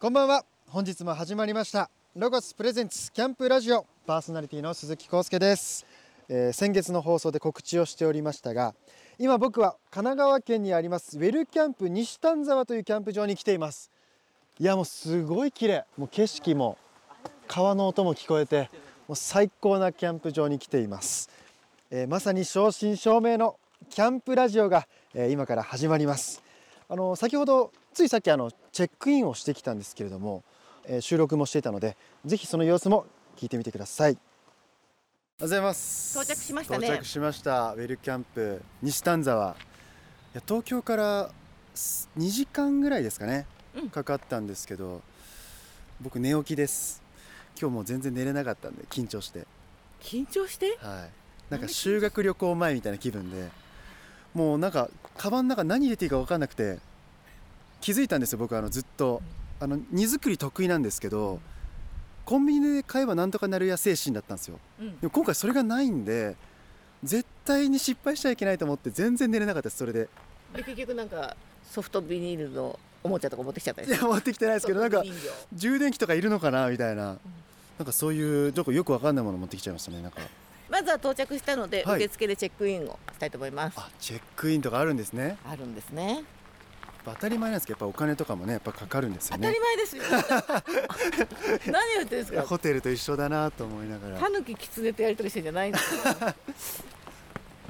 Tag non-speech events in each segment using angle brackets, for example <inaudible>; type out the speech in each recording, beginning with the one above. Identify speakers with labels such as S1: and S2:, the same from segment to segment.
S1: こんばんは本日も始まりましたロゴスプレゼンツキャンプラジオパーソナリティの鈴木康介です、えー先月の放送で告知をしておりましたが今僕は神奈川県にありますウェルキャンプ西丹沢というキャンプ場に来ていますいやもうすごい綺麗もう景色も川の音も聞こえてもう最高なキャンプ場に来ています、えーまさに正真正銘のキャンプラジオが、えー今から始まりますあの先ほどついさっきあのチェックインをしてきたんですけれども、えー収録もしていたのでぜひその様子も聞いてみてくださいおはようございます
S2: 到着しましたね
S1: 到着しましたウェルキャンプ西丹沢いや東京からす2時間ぐらいですかね、
S2: うん
S1: かかったんですけど僕寝起きです今日もう全然寝れなかったんで緊張して
S2: 緊張して
S1: はいなんか修学旅行前みたいな気分でもうなんかカバンの中何入れていいか分かんなくて気づいたんですよ僕あのずっとあの荷造り得意なんですけどコンビニで買えばなんとかなるや精神だったんですよ
S2: うん
S1: でも今回それがないんで絶対に失敗しちゃいけないと思って全然寝れなかったですそれで
S2: で結局なんかソフトビニールのおもちゃとか持ってきちゃったり
S1: <laughs> いや持ってきてないですけどなんか
S2: 人形
S1: 充電器とかいるのかなみたいな、なんかそういうどこよくわかんないもの持ってきちゃいましたねなんか
S2: まずは到着したので、
S1: はい
S2: 受付でチェックインをしたいと思います
S1: あチェックインとかあるんですねやっ
S2: あるんですね
S1: ぱ当たり前なんですけどやっぱお金とかもねやっぱかかるんですよ
S2: 当た
S1: ね
S2: り前です <laughs> よ何言ってるん
S1: い
S2: で
S1: や
S2: すか
S1: ホテルと一緒だなと思いながら
S2: タヌキキツネとやり取りしてんじゃないんですか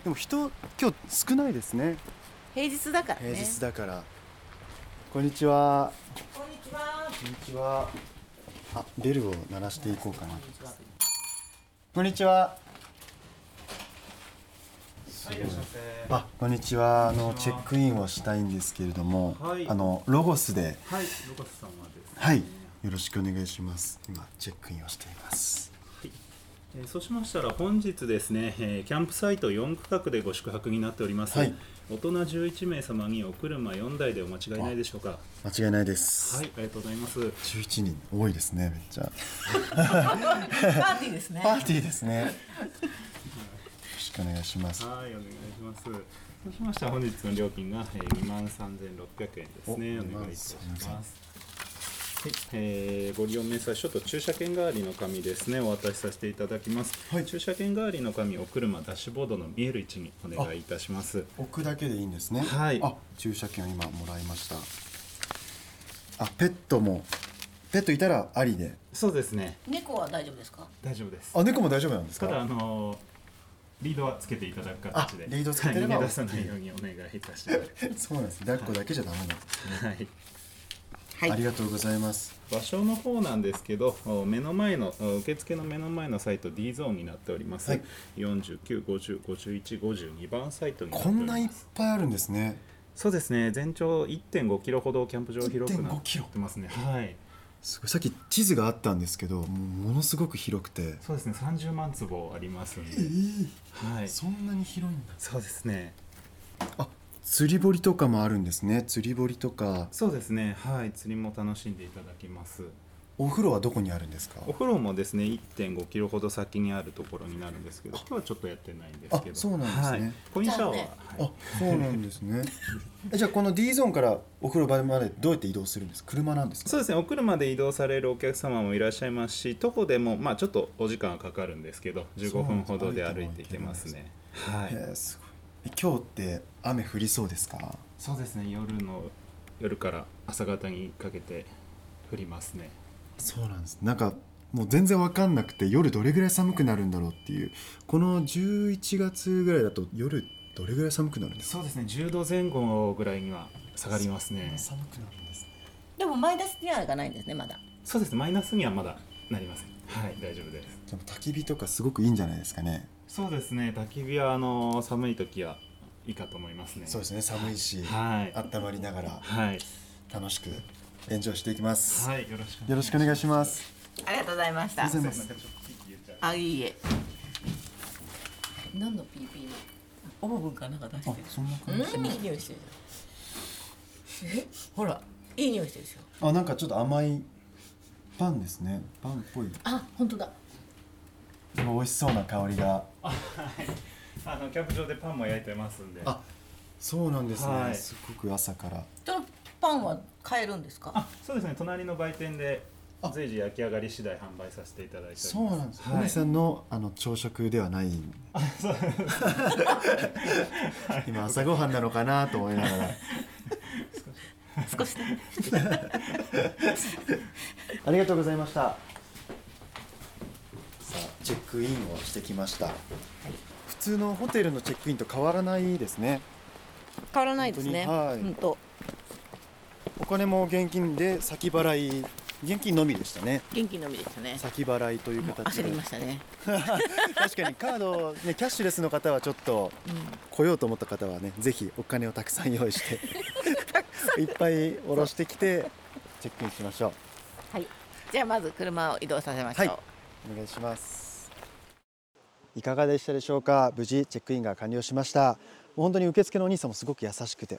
S1: でも人今日少ないですね
S2: 平日だから
S1: 平
S2: ね
S1: 日だから、こんにちは
S2: こんにちは
S1: こんにちはあベルを鳴らしていこうかなこんにちはあこんにちはあのチェックインをしたいんですけれども、
S3: はい
S1: あのロゴスで
S3: はい、ロカス様です。
S1: はいよろしくお願いします今チェックインをしています
S3: えーそうしましたら本日ですね、えーキャンプサイト4区画でご宿泊になっております。
S1: はい
S3: 大人11名様にお車4台でお間違いないでしょうか。は
S1: 間違いないです、
S3: い、ありがとうございます。
S1: 11人多いですねめっちゃ
S2: パーティーですね
S1: <laughs> パーティーですねよろしくお願いします
S3: はい、お願いします。そうしましたら本日の料金が、えー、2万3600円ですね。
S1: お
S3: お願いいたします。はいえー、ご利用明細書と駐車券代わりの紙ですねお渡しさせていただきます、
S1: はい
S3: 駐車券代わりの紙お車ダッシュボードの見える位置にお願いいたします
S1: 置くだけでいいんですね
S3: はい
S1: あ駐車券を今もらいましたあペットもペットいたらありで
S3: そうですね
S2: 猫は大丈夫ですか
S3: 大丈夫です
S1: あ猫も大丈夫なんです
S3: ただ
S1: か
S3: あのーリードはつけていただく形で
S1: あリードつけてれば
S3: はい逃げ出さないようにお願いいたします
S1: そうなんです抱っこだけじゃダメなんです、
S3: はい
S2: はい
S1: ありがとうございます
S3: 場所の方なんですけどお目の前のお受付の目の前のサイト D ゾーンになっております、
S1: はい
S3: 49505152番サイトになって
S1: こ
S3: おり
S1: ん
S3: ま
S1: な
S3: す
S1: いっぱいあるんですね
S3: そうですね全長1.5キロほどキャンプ場広くな
S1: 1.5
S3: っ
S1: キロ
S3: てますねはい
S1: すごいさっき地図があったんですけどもうものすごく広くて、
S3: そうですね30万坪ありますんで、はい
S1: そんなに広いんだ
S3: そうですね
S1: あ釣り堀とかもあるんですね釣り堀とか
S3: そうですねはい釣りも楽しんでいただきます
S1: お風呂はどこにあるんですか
S3: お風呂もですね1.5キロほど先にあるところになるんですけど今日はちょっとやってないんですけど
S1: あそうなんですね
S3: はい、コインシャワーは、は
S1: あ
S3: い、
S1: そうなんですね <laughs> えじゃあこの D ゾーンからお風呂場までどうやって移動するんですか車なんですか
S3: そうですねお車で移動されるお客様もいらっしゃいますし徒歩でもまあちょっとお時間はかかるんですけど15分ほどで歩いていけますねはい、
S1: えーすごいえ今日って雨降りそうですか
S3: そうですね夜の夜から朝方にかけて降りますね
S1: そうなんですなんかもう全然わかんなくて夜どれぐらい寒くなるんだろうっていうこの11月ぐらいだと夜どれぐらい寒くなるんですか
S3: そうですね10度前後ぐらいには下がりますね
S1: 寒くなるんですね
S2: でもマイナスにはがないんですねまだ
S3: そうですねマイナスにはまだなりませんはい大丈夫です
S1: でも焚き火とかすごくいいんじゃないですかね
S3: そうですね焚き火はあの寒い時はいいかと思いますね
S1: そうですね寒いし、
S3: はい
S1: 温まりながら
S3: はい
S1: 楽しくエンジョイしていきます、
S3: はいよろしく
S1: よろしくお願いします
S2: ありがとうございました
S1: ありがとうございます
S3: なんかちょっと息言っちゃう
S2: あいいえ何の PP のオーブンかなんか出して
S1: あ
S2: る
S1: そんな
S2: う
S1: 感じ
S2: ん、いい匂いしてるじゃん。え、ほら、いい匂いしてるでしょ。
S1: あなんかちょっと甘いパンですねパンっぽい
S2: あ、本当だ。
S1: 美味しそうな香りが
S3: あはいあのキャンプ場でパンも焼いてますんで
S1: あそうなんですね、
S3: はい
S1: すごく朝から
S2: ちょっパンは買えるんですか
S3: あそうですね隣の売店で随時焼き上がり次第販売させていただいております
S1: そうなんです。
S3: はい
S1: 梅さんのあの朝食ではない。 <laughs> 今朝ごはんなのかなと思いながら。
S2: 少 <laughs> しだけ
S1: <laughs> ありがとうございました。さあチェックインをしてきました。普通のホテルのチェックインと変わらないですね。
S2: 変わらないですね
S1: 本当にはい
S2: うんと
S1: お金も現金で先払い、現金のみでしたね。
S2: 元気のみでしたね
S1: 先払いという
S2: もう
S1: 形
S2: 焦
S1: で
S2: り。ましたね、
S1: 確かにカードねキャッシュレスの方はちょっと
S2: うん、
S1: 来ようと思った方はねぜひお金をたくさん用意して
S2: <laughs>
S1: いっぱい下ろしてきてチェックインしましょう。
S2: はいじゃあまず車を移動させましょう、
S1: はいお願いしますいかがでしたでしょうか無事チェックインが完了しましたもう本当に受付のお兄さんもすごく優しくて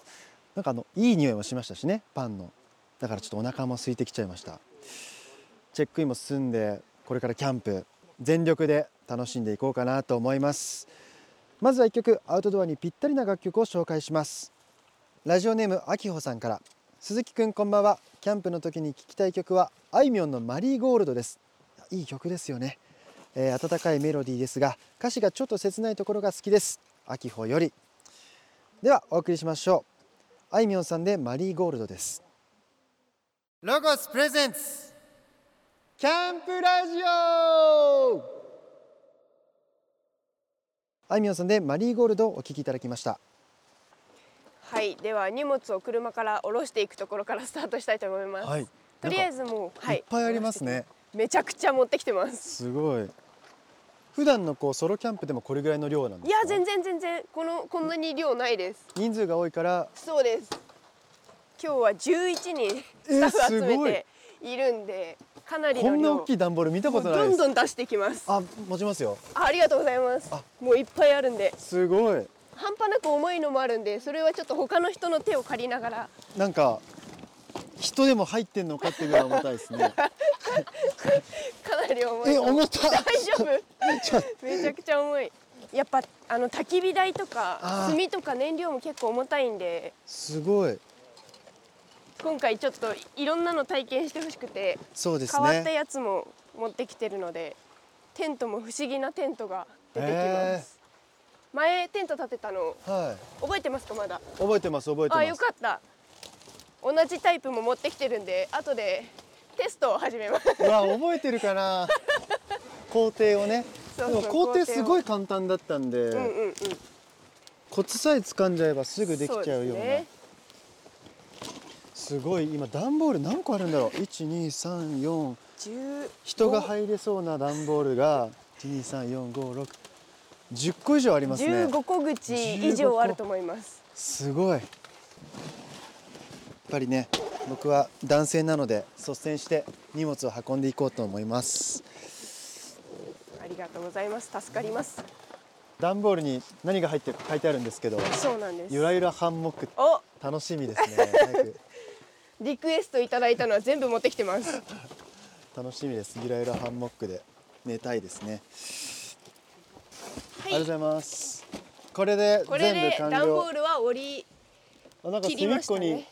S1: なんかあのいい匂いもしましたしねパンのだからちょっとお腹も空いてきちゃいましたチェックインも済んでこれからキャンプ全力で楽しんでいこうかなと思いますまずは一曲アウトドアにぴったりな楽曲を紹介しますラジオネームあきほさんから鈴木くんこんばんはキャンプの時に聴きたい曲はあいみょんのマリーゴールドですいい曲ですよね、えー温かいメロディーですが歌詞がちょっと切ないところが好きですあきほよりではお送りしましょうあいみょんさんでマリーゴールドですロゴスプレゼンツキャンプラジオあいみょんさんでマリーゴールドをお聞きいただきました
S4: はい、では荷物を車から下ろしていくところからスタートしたいと思います。
S1: はい
S4: とりあえずもう、はい
S1: っぱいあります。ね
S4: めちゃくちゃ持ってきてます。
S1: すごい普段のこうソロキャンプでもこれぐらいの量なんで
S4: い
S1: す
S4: や
S1: か、
S4: 全然全然、この、こんなに量ないです。
S1: 人数が多いから
S4: そうです。今日は11人
S1: え
S4: スタッフ
S1: す
S4: 集
S1: ごい
S4: めているんで、かなり
S1: こ
S4: の量。
S1: んな大きい段ボール見たことない
S4: ど
S1: で
S4: ん
S1: す
S4: どん出してきます。あ
S1: あ持ちますよ
S4: ありがとうございます
S1: あ。
S4: もういっぱいあるんで、
S1: すごい
S4: 半端なく重いのもあるんで、それはちょっと他の人の手を借りながら。
S1: なんか人でも入ってんのかってぐらい重たいで
S4: <laughs>
S1: すね
S4: かなり重い
S1: え
S4: と思う。
S1: 重た
S4: 大丈夫。めちゃくちゃ重いやっぱあの焚き火台と
S1: あ
S4: か
S1: ー
S4: 炭とか燃料も結構重たいんです
S1: ごい
S4: 今回ちょっといろんなの体験してほしくて、
S1: そうです
S4: 変わった
S1: ね
S4: やつも持ってきてるのでテントも不思議なテントが出てき
S1: へ
S4: ます、前テント建てたの
S1: はい
S4: 覚えてますかまだ
S1: 覚えてます覚えて
S4: あ
S1: ます
S4: よかった同じタイプも持ってきてるんで後でテストを始めます
S1: うわ覚えてるかな工程をね
S4: そう
S1: で
S4: そう
S1: も工程すご
S4: い
S1: い簡単だったんで、
S4: うんうんうん
S1: コツさえ掴んじゃえばすぐできちゃうような
S4: そですね
S1: すごい今段ボール何個あるんだろう1234
S4: 10
S1: 人が入れそうな段ボールが123456 10個以上ありますね
S4: 15個口以上あると思います
S1: すごいやっぱりね僕は男性なので率先して荷物を運んでいこうと思います
S4: ありがとうございます。助かります。
S1: 段ボールに何が入ってるか書いてあるんですけど
S4: そうなんです。
S1: ゆらゆらハンモック
S4: お、
S1: 楽しみですね早く
S4: リクエストいただいたのは全部持ってきてます。
S1: 楽しみですゆらゆらハンモックで寝たいですね、
S4: は
S1: ありがとうございますこれで
S4: これ
S1: 全
S4: で
S1: 部完
S4: 段ボ
S1: 了
S4: ールは折り
S1: あなんか
S4: 切りました
S1: 隅っこに
S4: ね。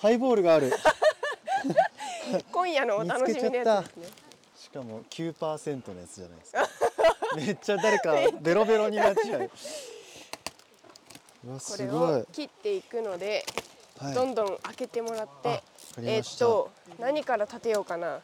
S1: ハイボールがある
S4: 今夜のお楽しみのやつですね。
S1: しかも9%のやつじゃないですかめっちゃ誰か
S4: <laughs>
S1: ベロベロになっちゃううわ
S4: こ
S1: す
S4: れ
S1: ごい、は
S4: を切っていくので、
S1: い、
S4: どんどん開けてもらっ
S1: あ
S4: て
S1: わ、かり
S4: え
S1: ま
S4: っ
S1: した
S4: と何から立てようかな。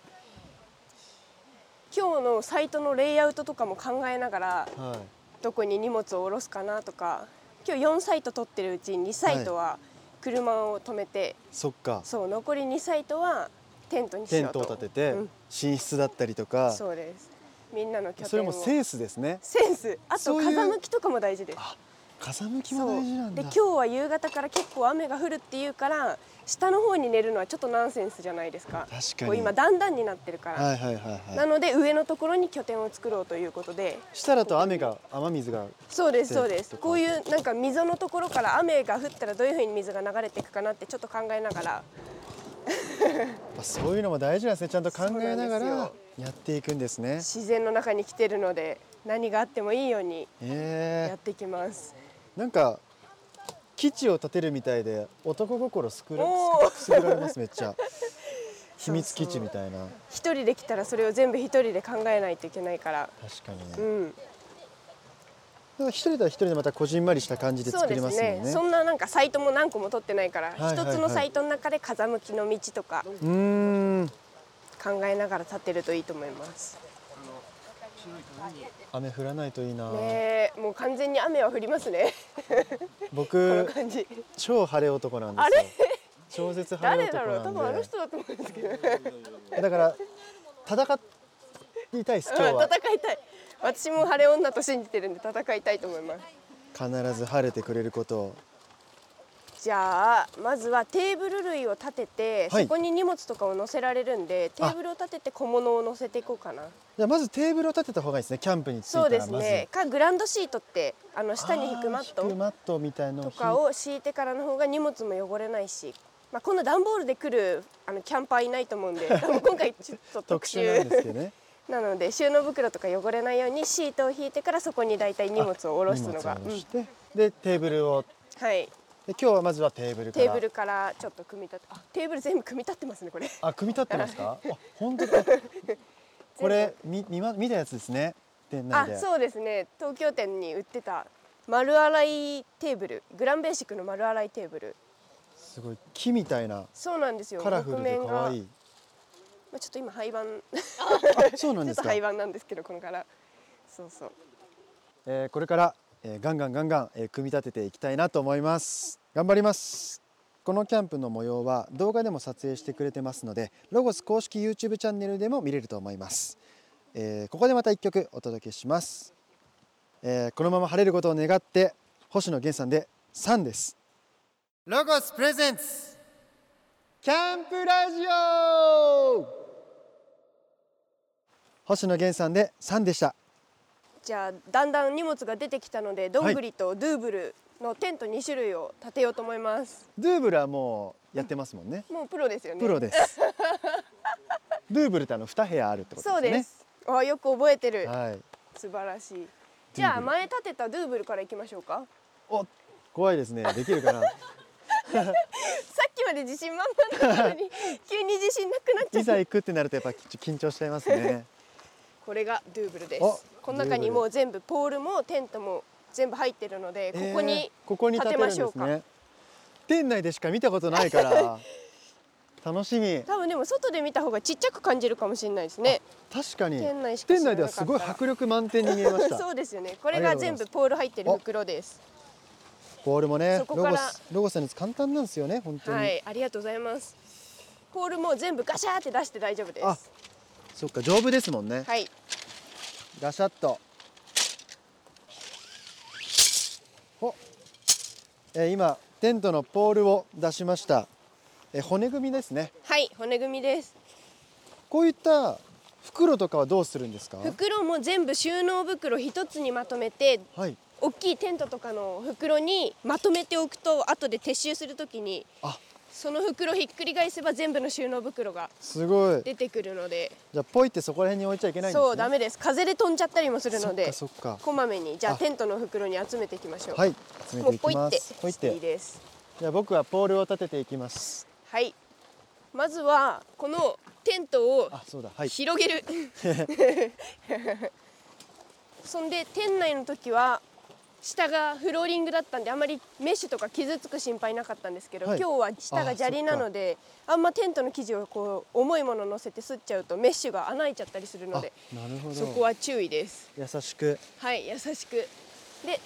S4: 今日のサイトのレイアウトとかも考えながら
S1: はい
S4: どこに荷物を下ろすかなとか今日4サイト取ってるうち2サイトは車を止めて、
S1: そっか
S4: そう残り2サイトはテントにし
S1: テ
S4: よ
S1: ン
S4: う
S1: ト
S4: と
S1: を立てて、
S4: うん
S1: 寝室だったりとかそ
S4: そうですみんなの拠
S1: れ
S4: 点
S1: も
S4: を
S1: センスですね
S4: センスあと
S1: そういう
S4: 風向きとかも大事です
S1: あ風向きも
S4: そう
S1: 大事なん
S4: で
S1: だ
S4: 今日は夕方から結構雨が降るっていうから下の方に寝るのはちょっとナンセンスじゃないですか
S1: 確かに
S4: こう今だんだんになってるから、
S1: はいはいはいは
S4: ないので上のところに拠点を作ろうということで
S1: したらと雨が雨水が
S4: そうですそうで
S1: テント
S4: す
S1: とか
S4: こういうなんか溝のところから雨が降ったらどういうふうに水が流れていくかなってちょっと考えながら
S1: やっぱそういうのも大事なんですねちゃんと考えなが
S4: そうなん
S1: ら
S4: で
S1: やっていくんですね
S4: 自然の中に来てるので何があってもいいように
S1: え
S4: やっていきます
S1: ー、なんか基地を建てるみたいで男心すくら
S4: おー
S1: くすぐられますめっち
S4: <laughs>
S1: ゃ秘密基地みたいな
S4: 一人で来たらそれを全部一人で考えないといけないから
S1: 確かにね、
S4: う
S1: だか
S4: ん
S1: ら一人では一人でまたこじんまりした感じで
S4: そう
S1: 作
S4: で
S1: り
S4: す
S1: ますよね
S4: ねそんななんかサイトも何個も取ってないから一、
S1: はいはいはい
S4: つのサイトの中で風向きの道とか
S1: うーん
S4: 考えながら立てるといいと思います
S1: 雨降らないといいな、
S4: ねえもう完全に雨は降ります
S1: <laughs>
S4: ねこの
S1: 僕
S4: 感じ
S1: 超晴れ男なんですよ超絶晴れ
S4: 誰だ
S1: 男
S4: ろ
S1: な
S4: う多
S1: ん
S4: 分あの
S1: で
S4: 人だと思うんですけど
S1: だから戦いたいです今日
S4: うん
S1: は
S4: <laughs> 戦いたい私も晴れ女と信じてるんで戦いたいと思います
S1: 必ず晴れてくれることを
S4: じゃあまずはテーブル類を立てて、
S1: はい
S4: そこに荷物とかを載せられるんでテ
S1: あ
S4: ーブルを立てて小物を載せていこうかな
S1: じゃあまずテーブルを立てた方がいいですねキャンプに着いたら
S4: そう
S1: まず
S4: ですねかグランドシートってあの下に引くマッ
S1: あー引く
S4: ト
S1: マットみたいの
S4: と
S1: を
S4: かを敷いてからの方が荷物も汚れないし、まあ、この段ボールで来るあのキャンパーいないと思うん
S1: <laughs>
S4: で多分今回ちょっと特
S1: 特
S4: 集
S1: 殊なんですけどね
S4: なので収納袋とか汚れないようにシートを引いてからそこに大体荷物を下ろすのが、
S1: 荷物を
S4: う
S1: 下ろ
S4: ん
S1: して、でテーブルを
S4: はい
S1: で今日はまずはテーブルから
S4: テーブルからちょっと組み立てあテーブル全部組み立ってますねこれ
S1: あ組み立ってますかあ本当
S4: <laughs>
S1: だこれ見見,、ま、見たやつですね店内
S4: あ
S1: で
S4: そうですね東京店に売ってた丸洗いテーブルグランベーシックの丸洗いテーブル
S1: すごい木みたいな
S4: そうなんですよ
S1: カラフルで
S4: 木
S1: 可愛い
S4: まあ、ちょっと今廃盤ち
S1: あそうな
S4: ょ
S1: んで
S4: っ
S1: す
S4: と
S1: か
S4: 廃盤なんですけどこのからそうそう
S1: えーこれから、えーガンガンガンガン、えー組み立てていきたいなと思います頑張りますこのキャンプの模様は動画でも撮影してくれてますのでロゴス公式 YouTube チャンネルでも見れると思います、えーここでまた一曲お届けします、えーこのまま晴れることを願って星野源さんで3ですロゴスプレゼンツキャンプラジオ星野源さんで3でした
S4: じゃあだんだん荷物が出てきたのでどんぐりとドゥーブルのテント2種類を立てようと思います、
S1: ドゥーブルはもうやってますもんね。
S4: もうプロですよね
S1: プロです。
S4: <laughs>
S1: ドゥーブルってあの二部屋あるってことです
S4: そ
S1: ね。
S4: うですあよく覚えてる
S1: はい。
S4: 素晴らしいじゃあ
S1: ドゥーブル
S4: 前立てたドゥーブルからいきましょうか
S1: お、怖いですね。できるか
S4: <laughs>
S1: な。
S4: さっきまで自信満々だったのに
S1: <laughs>
S4: 急に自信なくなっちゃ
S1: い
S4: った
S1: ざ行くってなるとやっぱき緊張しちゃいますね。
S4: これがドゥーブルで
S1: あ
S4: すこの中にもう全部ポールもテントも全部入ってるので <laughs> ここ
S1: えー
S4: に
S1: ここに立て
S4: 立て
S1: るん
S4: ま
S1: で
S4: しょう
S1: す
S4: か、
S1: ね。店内でしか見たことない
S4: <laughs>
S1: から。楽しみ。
S4: 多分でも外で見た方がちっちゃく感じるかもしれないですね
S1: 確かに。
S4: 店内しか知
S1: 店
S4: らなか
S1: 内
S4: った
S1: ではすごい迫力満点に見えました。
S4: <laughs> そうですよねこれ
S1: あり
S4: が
S1: がとうございま
S4: 全
S1: す
S4: 部ポール入ってる袋です
S1: ボールもね
S4: そ、こ
S1: ロ
S4: から
S1: ゴス、ロゴスのやつ簡単なんですよね、本当に。
S4: はいありがとうございますポールも全部ガシャーって出して大丈夫で
S1: あ
S4: す
S1: そっか、丈夫ですもんね。
S4: はい
S1: ガシャッと。お、えー今テントのポールを出しました。えー骨組みですね。
S4: はい骨組みです
S1: こういった袋とかはどうするんですか。
S4: 袋も全部収納袋一つにまとめて
S1: はい。
S4: 大きいテントとかの袋にまとめておくと後で撤収するときに
S1: あ、
S4: その袋ひっくり返せば全部の収納袋が
S1: すごい。
S4: 出てくるので
S1: じゃあポイってそこら辺に置いちゃいけないんですね。
S4: そうダメです風で飛んじゃったりもするので
S1: そっかそっか。
S4: こまめにじゃあ
S1: あ
S4: テントの袋に集めていきましょう、
S1: はい。集め
S4: も
S1: て
S4: う
S1: い
S4: ポ
S1: き
S4: イっ
S1: ま
S4: て
S1: す。ポイっ
S4: していい
S1: て。
S4: です
S1: じゃあ僕はポールを立てていきます。
S4: はいまずはこのテントを
S1: あ、そうだ。はい。
S4: 広げる、 <laughs> そんで店内の時は下がフローリングだったんであまりメッシュとか傷つく心配なかったんですけど、
S1: はい
S4: 今日は下が砂利なのであんまテントの生地をこう重いもの乗せてすっちゃうとメッシュが穴開いちゃったりするの
S1: あ
S4: で、
S1: なるほ
S4: そこ
S1: ど。
S4: は注意です
S1: 優しく。
S4: はい優しくで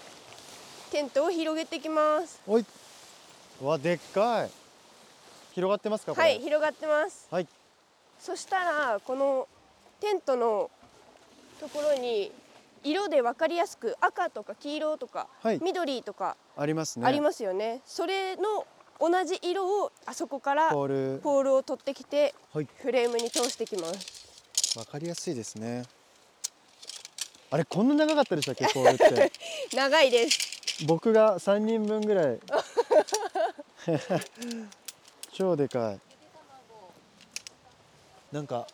S4: テントを広げていきます
S1: おい。うわ、でっかい。広がってますか。これ
S4: はい。広がってます
S1: はい。
S4: そしたらこのテントのところに色で分かりやすく赤とか黄色とか
S1: はい
S4: 緑とか
S1: ありますね。
S4: ありますよね,、それの同じ色をあそこから
S1: ポール。
S4: ポールを取ってきて
S1: はい。
S4: フレームに通してきます
S1: わかりやすいですね。あれこんな長かったでしたっけポール
S4: <laughs>
S1: って。
S4: 長いです
S1: 僕が三人分ぐらい。 <laughs> 超でかい。なんか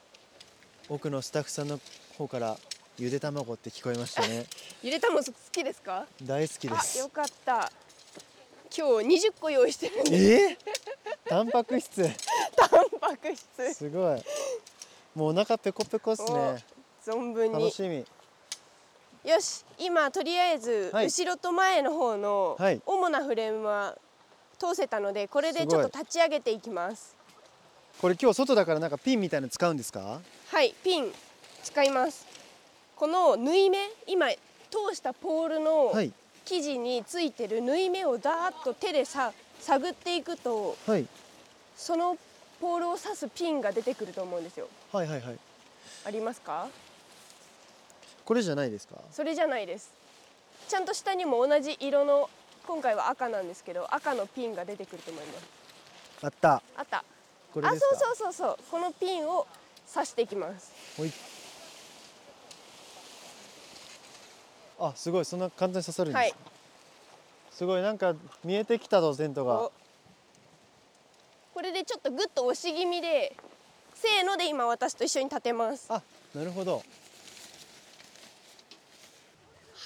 S1: 奥のスタッフさんの方からゆで卵って聞こえましたね。
S4: ゆで卵好きですか
S1: 大好きで
S4: あよ
S1: す。
S4: かった今日20個用意してるんで
S1: えタンパク質
S4: タンパク質
S1: すごいもうお腹ペコペコっすね
S4: 存分
S1: 楽
S4: に
S1: しみ
S4: よし今とりあえず
S1: はい
S4: 後ろと前の方の
S1: はい
S4: 主なフレームは通せたのでこれですち
S1: ごい
S4: ょっと立ち上げていきます
S1: これ今日外だからなんかピンみたいなの使うんですか
S4: はいピン使いますこの縫い目今通したポールの
S1: はい
S4: 生地についてる縫い目をダーッと手でさ探っていくと
S1: はい
S4: そのポールを刺すピンが出てくると思うんですよ
S1: はいはいはい
S4: ありますか
S1: これじゃないですか
S4: それじゃないですちゃんと下にも同じ色の今回は赤なんですけど赤のピンが出てくると思います
S1: あった
S4: あった
S1: これ
S4: あ
S1: で
S4: そう
S1: すか
S4: そうそうそうこのピンを刺していきます
S1: ほいあすごいそんな簡単に刺さるんです、
S4: はい
S1: すごいなんか見えてきたぞテントが
S4: おこれでちょっとグッと押し気味でせーので今私と一緒に立てます
S1: あなるほど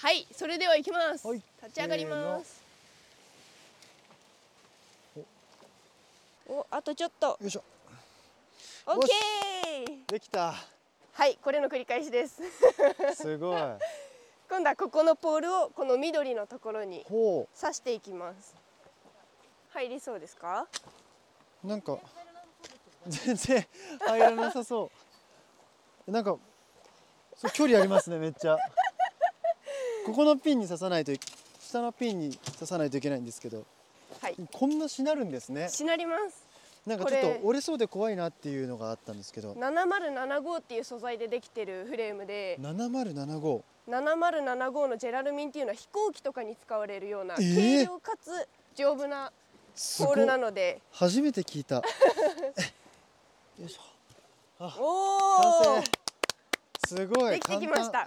S4: はいそれでは行きます
S1: はい
S4: 立ち上がりますおあとちょっと
S1: よいしょ
S4: オッ
S1: よし
S4: ケー
S1: できた
S4: はいこれの繰り返しです <laughs>
S1: す <laughs> ごい
S4: 今度はここのポールをこの緑のところに
S1: ほ
S4: 刺していきます入りそうですか
S1: うなんか全然入らなさそうなんかそう距離ありますねめっちゃここのピンに刺さないとい下のピンに刺さないといけないんですけど
S4: はい
S1: こんなしなるんですね
S4: しなります
S1: なんかちょっ
S4: これ
S1: と折れそうで怖いなっていうのがあったんですけど
S4: 7075っていう素材でできてるフレームで
S1: 7075
S4: 7075のジェラルミンっていうのは飛行機とかに使われるような
S1: えー
S4: 軽量かつ丈夫な
S1: す
S4: ポ
S1: ご
S4: ー
S1: い
S4: ルなので、
S1: 初めて聞いたよいしょ
S4: お
S1: 完
S4: お
S1: 成すごい
S4: できてきまし
S1: 簡単
S4: た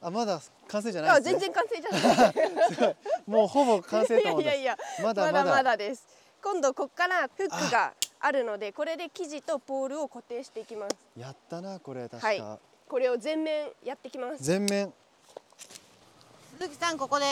S1: あまだ完成じゃない
S4: あ
S1: です、ね、
S4: 全然完成じゃない
S1: もうほぼ完成と思っ
S4: <laughs> いや
S1: た
S4: いやいや
S1: ま
S4: まだ
S1: だ
S4: ま
S1: ま
S4: だ
S1: だ
S4: です今度こっからフックがあるのでこれで生地とポールを固定していきます
S1: やったなこれ確か、
S4: はいこれを全面やってきます
S1: 全面
S2: 鈴木さんここで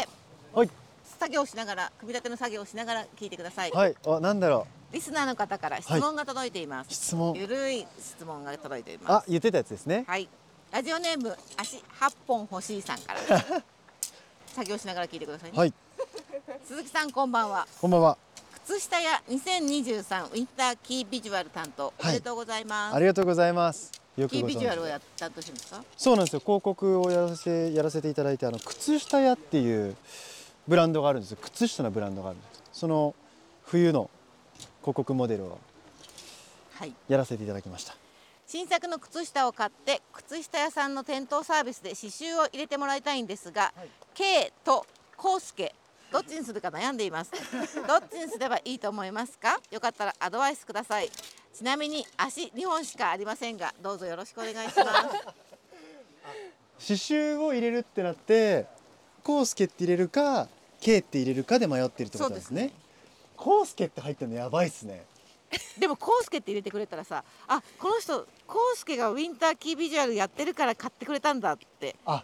S1: はい
S2: 作業をしながら組み立ての作業をしながら聞いてください、
S1: はいあなんだろ
S2: リスナーの方から質問が届いていま
S1: う
S2: す、
S1: 質問
S2: ゆるい質問が届いています
S1: あ言ってたやつですね
S2: はいラジオネーム足八本欲しいさんから
S1: <laughs>
S2: 作業しながら聞いてください、ね
S1: はい
S2: 鈴木さんこんばんは
S1: こんばんは
S2: 靴下や2023ウィンターキービジュアル担当、
S1: はい
S2: おめでとうございます
S1: ありがとうございますよく
S2: キー
S1: ご
S2: ビ
S1: 存
S2: ジュアルを
S1: 知
S2: や担当してるんですか
S1: そうなんですよ広告をやらせやらせていただいてあの靴下屋っていうブランドがあるんですよ靴下のブランドがあるんですその冬の広告モデルを
S2: はい
S1: やらせていただきました
S2: 新作の靴下を買って靴下屋さんの店頭サービスで刺繍を入れてもらいたいんですが、K とコウスケどっちにするか悩んでいます <laughs> どっちにすればいいと思いますかよかったらアドバイスくださいちなみに足2本しかありませんがどうぞよろしくお願いします
S1: 刺繍を入れるってなってコウスケって入れるか K って入れるかで迷ってるってことなんです
S2: そう
S1: ね
S2: です
S1: コウスケって入ってるのやばいっすね
S2: でもコウスケって入れてくれたらさあこの人コウスケがウィンターキービジュアルやってるから買ってくれたんだって
S1: あ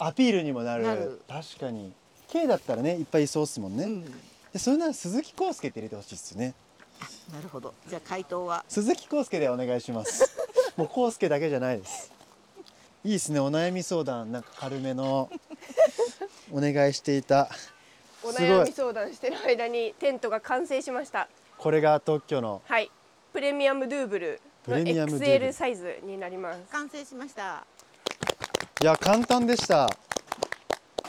S1: アピールにもなる
S2: なる
S1: 確かに K だったらねいっぱいいそうっすもんね、
S2: うん
S1: でそれなら鈴木コウスケって入れてほしいっすよね
S2: なるほどじゃあ回答は
S1: 鈴木康介でお願いします
S4: <laughs>
S1: もう康介だけじゃないですいいですねお悩み相談なんか軽めのお願いしていた
S4: お
S1: すご
S4: 悩
S1: い
S4: み相談してる間にテントが完成しました
S1: これが特許の
S4: はいプレミアムドゥーブルの
S1: プレミアムドゥーブル
S4: XL サイズになります
S2: 完成しました
S1: いや簡単でした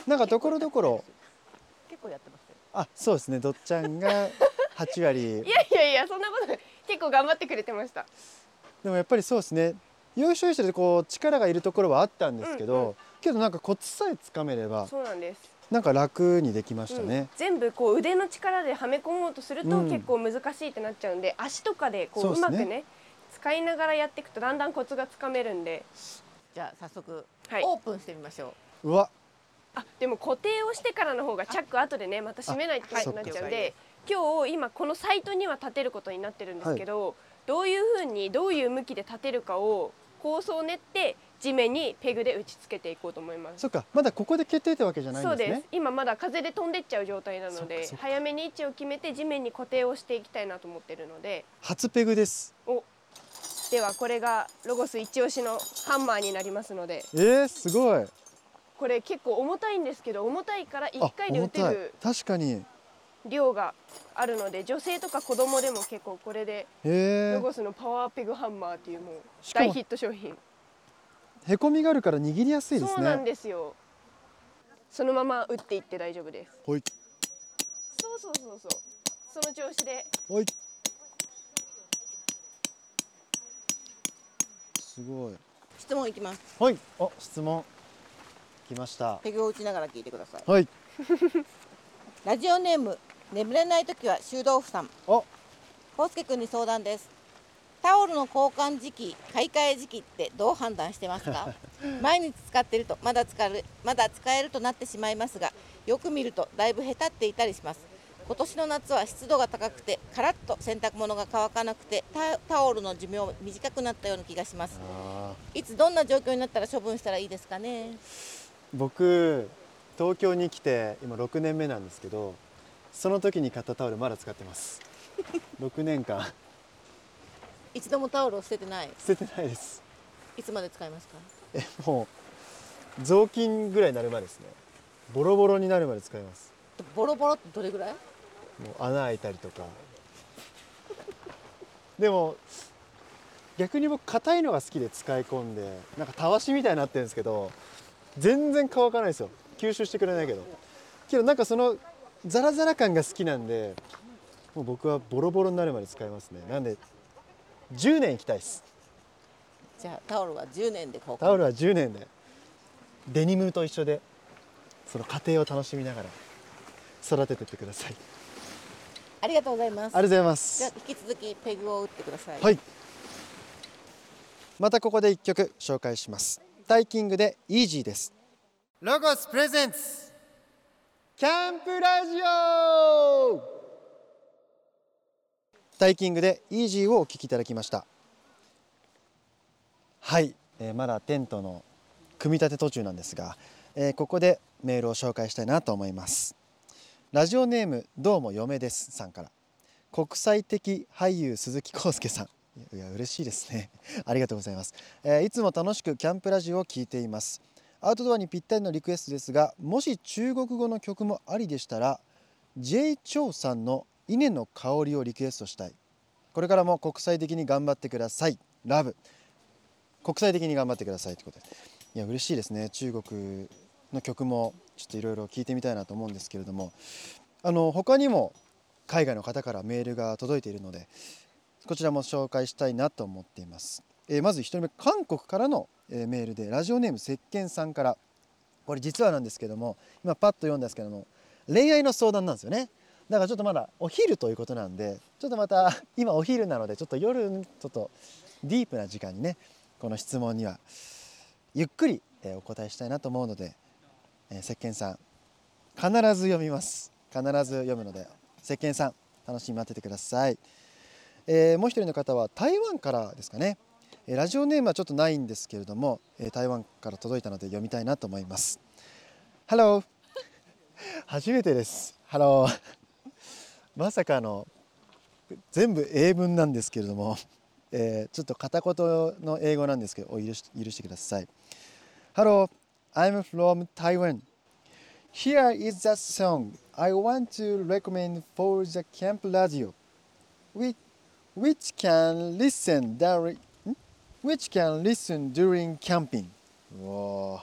S1: なんかところどころ
S2: 結構やってますよ
S1: あそうですねどっちゃんが8割
S4: いやいやいやそんなことない結構頑張ってくれてました
S1: でもやっぱりそうですねよいしょよいしょでこう力がいるところはあったんですけど、
S4: うんう
S1: けどなんかコツさえつかめれば
S4: そうなんです
S1: なんか楽にできました
S4: う
S1: ね
S4: ん、、全部こう腕の力ではめ込もうとすると
S1: うん
S4: 結構難しいってなっちゃうんで、足とかでこ
S1: そう
S4: う
S1: っ
S4: う
S1: すね
S4: まくね使いながらやっていくとだんだんコツがつかめるんで
S2: じゃあ早速、
S4: はい
S2: オープンしてみましょう
S1: うわ
S4: あでも固定をしてからの方がチャック後でねまた閉めないといけなくなっちゃうんで今日今このサイトには立てることになってるんですけど、どういうふうにどういう向きで立てるかを構想を練って地面にペグで打ち付けていこうと思います。
S1: そっかまだここで決定ってわけじゃない
S4: そうん
S1: で
S4: ですす
S1: ね
S4: 今まだ風で飛んでっちゃう状態な
S1: そっ
S4: の
S1: か
S4: で
S1: そっか
S4: 早めに位置を決めて地面に固定をしていきたいなと思ってるので
S1: 初ペグです
S4: おではこれがロゴス一押しのハンマーになりますので
S1: えー、すごい
S4: これ結構重たいんですけど重たいから
S1: あ
S4: 1回で
S1: 重
S4: 打て
S1: たい
S4: る
S1: 確かに
S4: 量があるので女性とか子供でも結構これで
S1: え
S4: ロゴスのパワーペグハンマーっていうもう
S1: しかも
S4: 大ヒット商品
S1: ー、へこみがあるから握りやすいですね
S4: そうなんですよそのまま打っていって大丈夫です
S1: ほい
S4: そうそうそうそうその調子で
S1: はい。すごい。
S2: 質問いきます
S1: はい。あ、質問。来ました。
S2: ペグを打ちながら聞いてください
S1: はい。
S2: ラジオネーム眠れない時は修道夫さん
S1: あ、
S2: 康介くんに相談ですタオルの交換時期買い替え時期ってどう判断してます <laughs> か毎日使ってるとまだ使えるまだ使えるとなってしまいますがよく見るとだいぶへたっていたりします今年の夏は湿度が高くてカラッと洗濯物が乾かなくてタタオルの寿命短くなったような気がします
S1: あ
S2: いつどんな状況になったら処分したらいいですかね
S1: 僕東京に来て今6年目なんですけど、その時に買ったタオルまだ使ってます。6年間
S2: 一度もタオルを捨ててない
S1: 捨ててないです。
S2: いつまで使いますか
S1: え、もう雑巾ぐらいになるまでですね。ボロボロになるまで使います。
S2: ボロボロってどれぐらい
S1: もう穴開いたりとかでも逆に僕硬いのが好きで使い込んでなんかたわしみたいになってるんですけど全然乾かないですよ吸収してくれないけどけどなんかそのザラザラ感が好きなんでもう僕はボロボロになるまで使いますねなんで10年行きたいです
S2: じゃあタオルは10年で交換
S1: タオルは10年でデニムと一緒でその過程を楽しみながら育ててってください
S2: ありがとうございま
S1: あり
S2: す
S1: がとうございま
S2: じゃ
S1: す
S2: あ引き続きペグを打ってください。
S1: はい。またここで一曲紹介します。タイキングでイージーです。ロゴスプレゼンツキャンプラジオ。タイキングでイージーをお聞きいただきました。はい、えーまだテントの組み立て途中なんですが、えーここでメールを紹介したいなと思います。ラジオネームどうも嫁ですさんから。国際的俳優鈴木康介さんいやいや嬉しいですね <laughs> ありがとうございます、えーいつも楽しくキャンプラジオを聞いていますアウトドアにぴったりのリクエストですがもし中国語の曲もありでしたら J チョウさんの稲の香りをリクエストしたいこれからも国際的に頑張ってくださいラブ国際的に頑張ってくださいってことでいや嬉しいですね中国の曲もちょっといろいろ聞いてみたいなと思うんですけれどもあの他にも海外の方からメールが届いているのでこちらも紹介したいなと思っています、えーまず1人目韓国からの、えーメールでラジオネーム石鹸さんからこれ実はなんですけども今パッと読んだんですけども恋愛の相談なんですよねだからちょっとまだお昼ということなんでちょっとまた <laughs> 今お昼なのでちょっと夜ちょっとディープな時間にねこの質問にはゆっくり、えーお答えしたいなと思うので、えー、石鹸さん必ず読みます必ず読むので石鹸さん楽しみに待っててください、えーもう一人の方は台湾からですかねえーラジオネームはちょっとないんですけれども、えー台湾から届いたので読みたいなと思います Hello <laughs> 初めてです Hello <laughs> まさかの全部英文なんですけれども、えーちょっと片言の英語なんですけどお許し許してください Hello I'm from Taiwan Here is a song I want to recommend for the camp radio, which, which can listen during which can listen during camping. うわー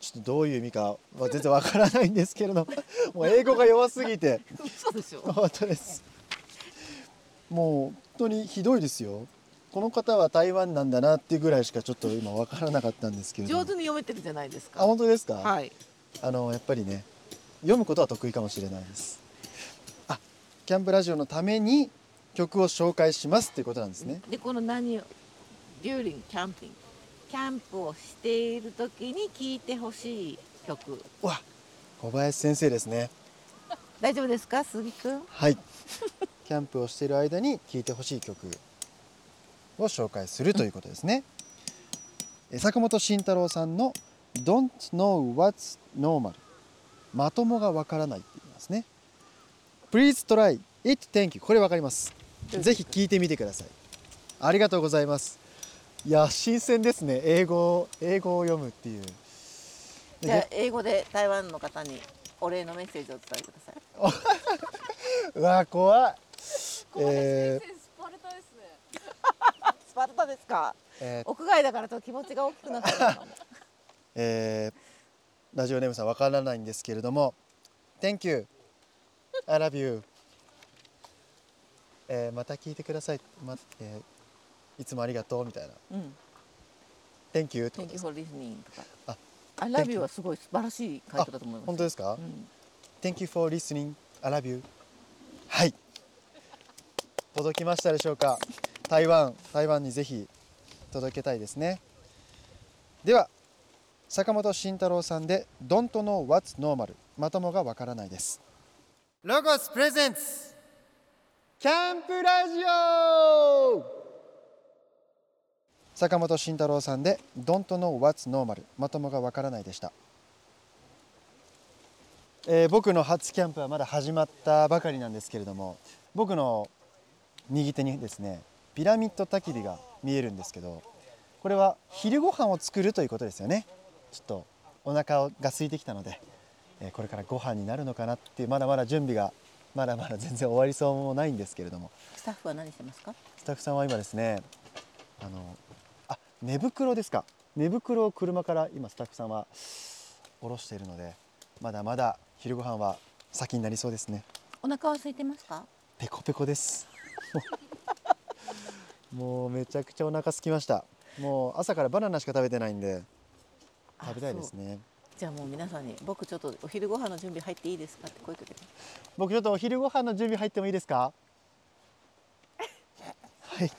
S1: ちょっとどういう意味かは全然わからないんですけれ
S2: <laughs>
S1: ど、もう英語が弱すぎて
S2: そうでしょ。
S1: 本当です。もう本当にひどいですよ。この方は台湾なんだなっていうぐらいしかちょっと今わからなかったんですけれども。
S2: 上手に読めてるじゃないです
S1: あ
S2: か。
S1: 本当ですか。
S2: はい。
S1: あのやっぱりね読むことは得意かもしれないですあキャンプラジオのために曲を紹介しますっていうことなんですね
S2: でこの何をューリンキャンピングキャンプをしている時に聞いてほしい曲。
S1: うわ小林先生ですね
S2: 大丈夫ですか鈴木くん？
S1: はいキャンプをしている間に聴いてほしい曲を紹介するということですね、えー坂本慎太郎さんの Don't know what's normal まともがわからないって言いますね Please try it thank you これわかりますぜひ聞いてみてくださいありがとうございますいや新鮮ですね英語英語を読むっていう
S2: じゃあ英語で台湾の方にお礼のメッセージをお伝えください。
S1: うわ怖い
S5: え
S1: え
S5: ー、スパルタですね。
S2: スパルタですか。
S1: ーえー
S2: 屋外だからと気持ちが大きくなっ
S1: <laughs>
S2: ちゃうの。
S1: えーラジオネームさんわからないんですけれども Thank you I love you、えーまた聞いてください、まえーいつもありがとうみたいな
S2: うん。
S1: Thank you ってこと
S2: Thank
S1: で
S2: you
S1: す
S2: for listening と
S1: あ
S2: か。I love you はすごい素晴らしい回答だと思います。
S1: 本当ですか、
S2: うん。
S1: Thank you for listening I love you はい届きましたでしょうか台湾台湾にぜひ届けたいですねでは坂本慎太郎さんで Don't know what's normal まともがわからないですロゴスプレゼンツキャンプラジオ坂本慎太郎さんで Don't know what's normal まともがわからないでしたえー僕の初キャンプはまだ始まったばかりなんですけれども僕の右手にですねピラミッド焚き火が見えるんですけどこれは昼ご飯を作るということですよねちょっとお腹が空いてきたので、えーこれからご飯になるのかなっていうまだまだ準備がまだまだ全然終わりそうもないんですけれども
S2: スタッフは何してますか。
S1: スタッフさんは今ですねあのあ寝袋ですか寝袋を車から今スタッフさんは下ろしているのでまだまだ昼ご飯は先になりそうですね
S2: お腹は空いてますか。
S1: ペコペコですもうもうめちゃくちゃお腹空きましたもう朝からバナナしか食べてないんで食べたいです
S2: ね。
S1: ね
S2: そうじゃあもう皆さんに僕ちょっとお昼ご飯の準備入っていいですかって声かけて。
S1: 僕ちょっとお昼ご飯の準備入ってもいいですかはい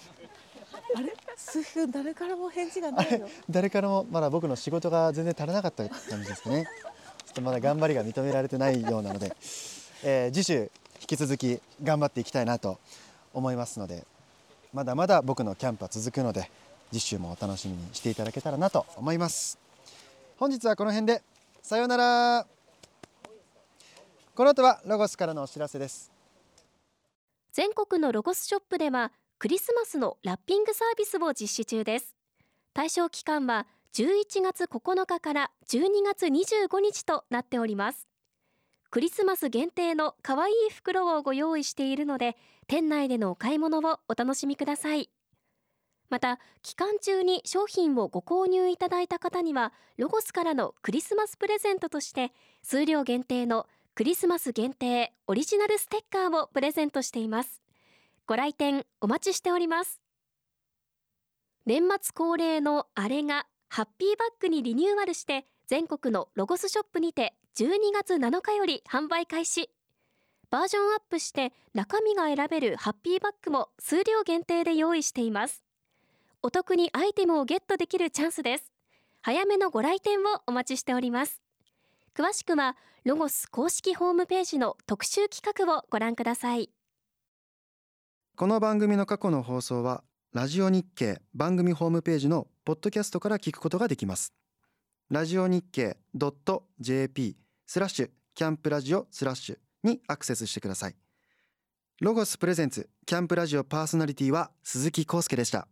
S2: あれ数分誰からも返事がないの。
S1: 誰からもまだ僕の仕事が全然足らなかった感じですかね <laughs> ちょっとまだ頑張りが認められてないようなので、えー次週引き続き頑張っていきたいなと思いますのでまだまだ僕のキャンプは続くので次週もお楽しみにしていただけたらなと思います本日はこの辺でさようならこの後はロゴスからのお知らせです
S6: 全国のロゴスショップではクリスマスのラッピングサービスを実施中です対象期間は11月9日から12月25日となっておりますクリスマス限定の可愛い袋をご用意しているので店内でのお買い物をお楽しみくださいまた期間中に商品をご購入いただいた方にはロゴスからのクリスマスプレゼントとして数量限定のクリスマス限定オリジナルステッカーをプレゼントしていますご来店お待ちしております年末恒例のあれがハッピーバッグにリニューアルして全国のロゴスショップにて12月7日より販売開始バージョンアップして中身が選べるハッピーバッグも数量限定で用意していますお得にアイテムをゲットできるチャンスです早めのご来店をお待ちしております詳しくはロゴス公式ホームページの特集企画をご覧ください。
S1: この番組の過去の放送はラジオ日経番組ホームページのポッドキャストから聞くことができますラジオ日経 .jp スラッシュキャンプラジオスラッシュにアクセスしてくださいロゴスプレゼンツキャンプラジオパーソナリティは鈴木康介でした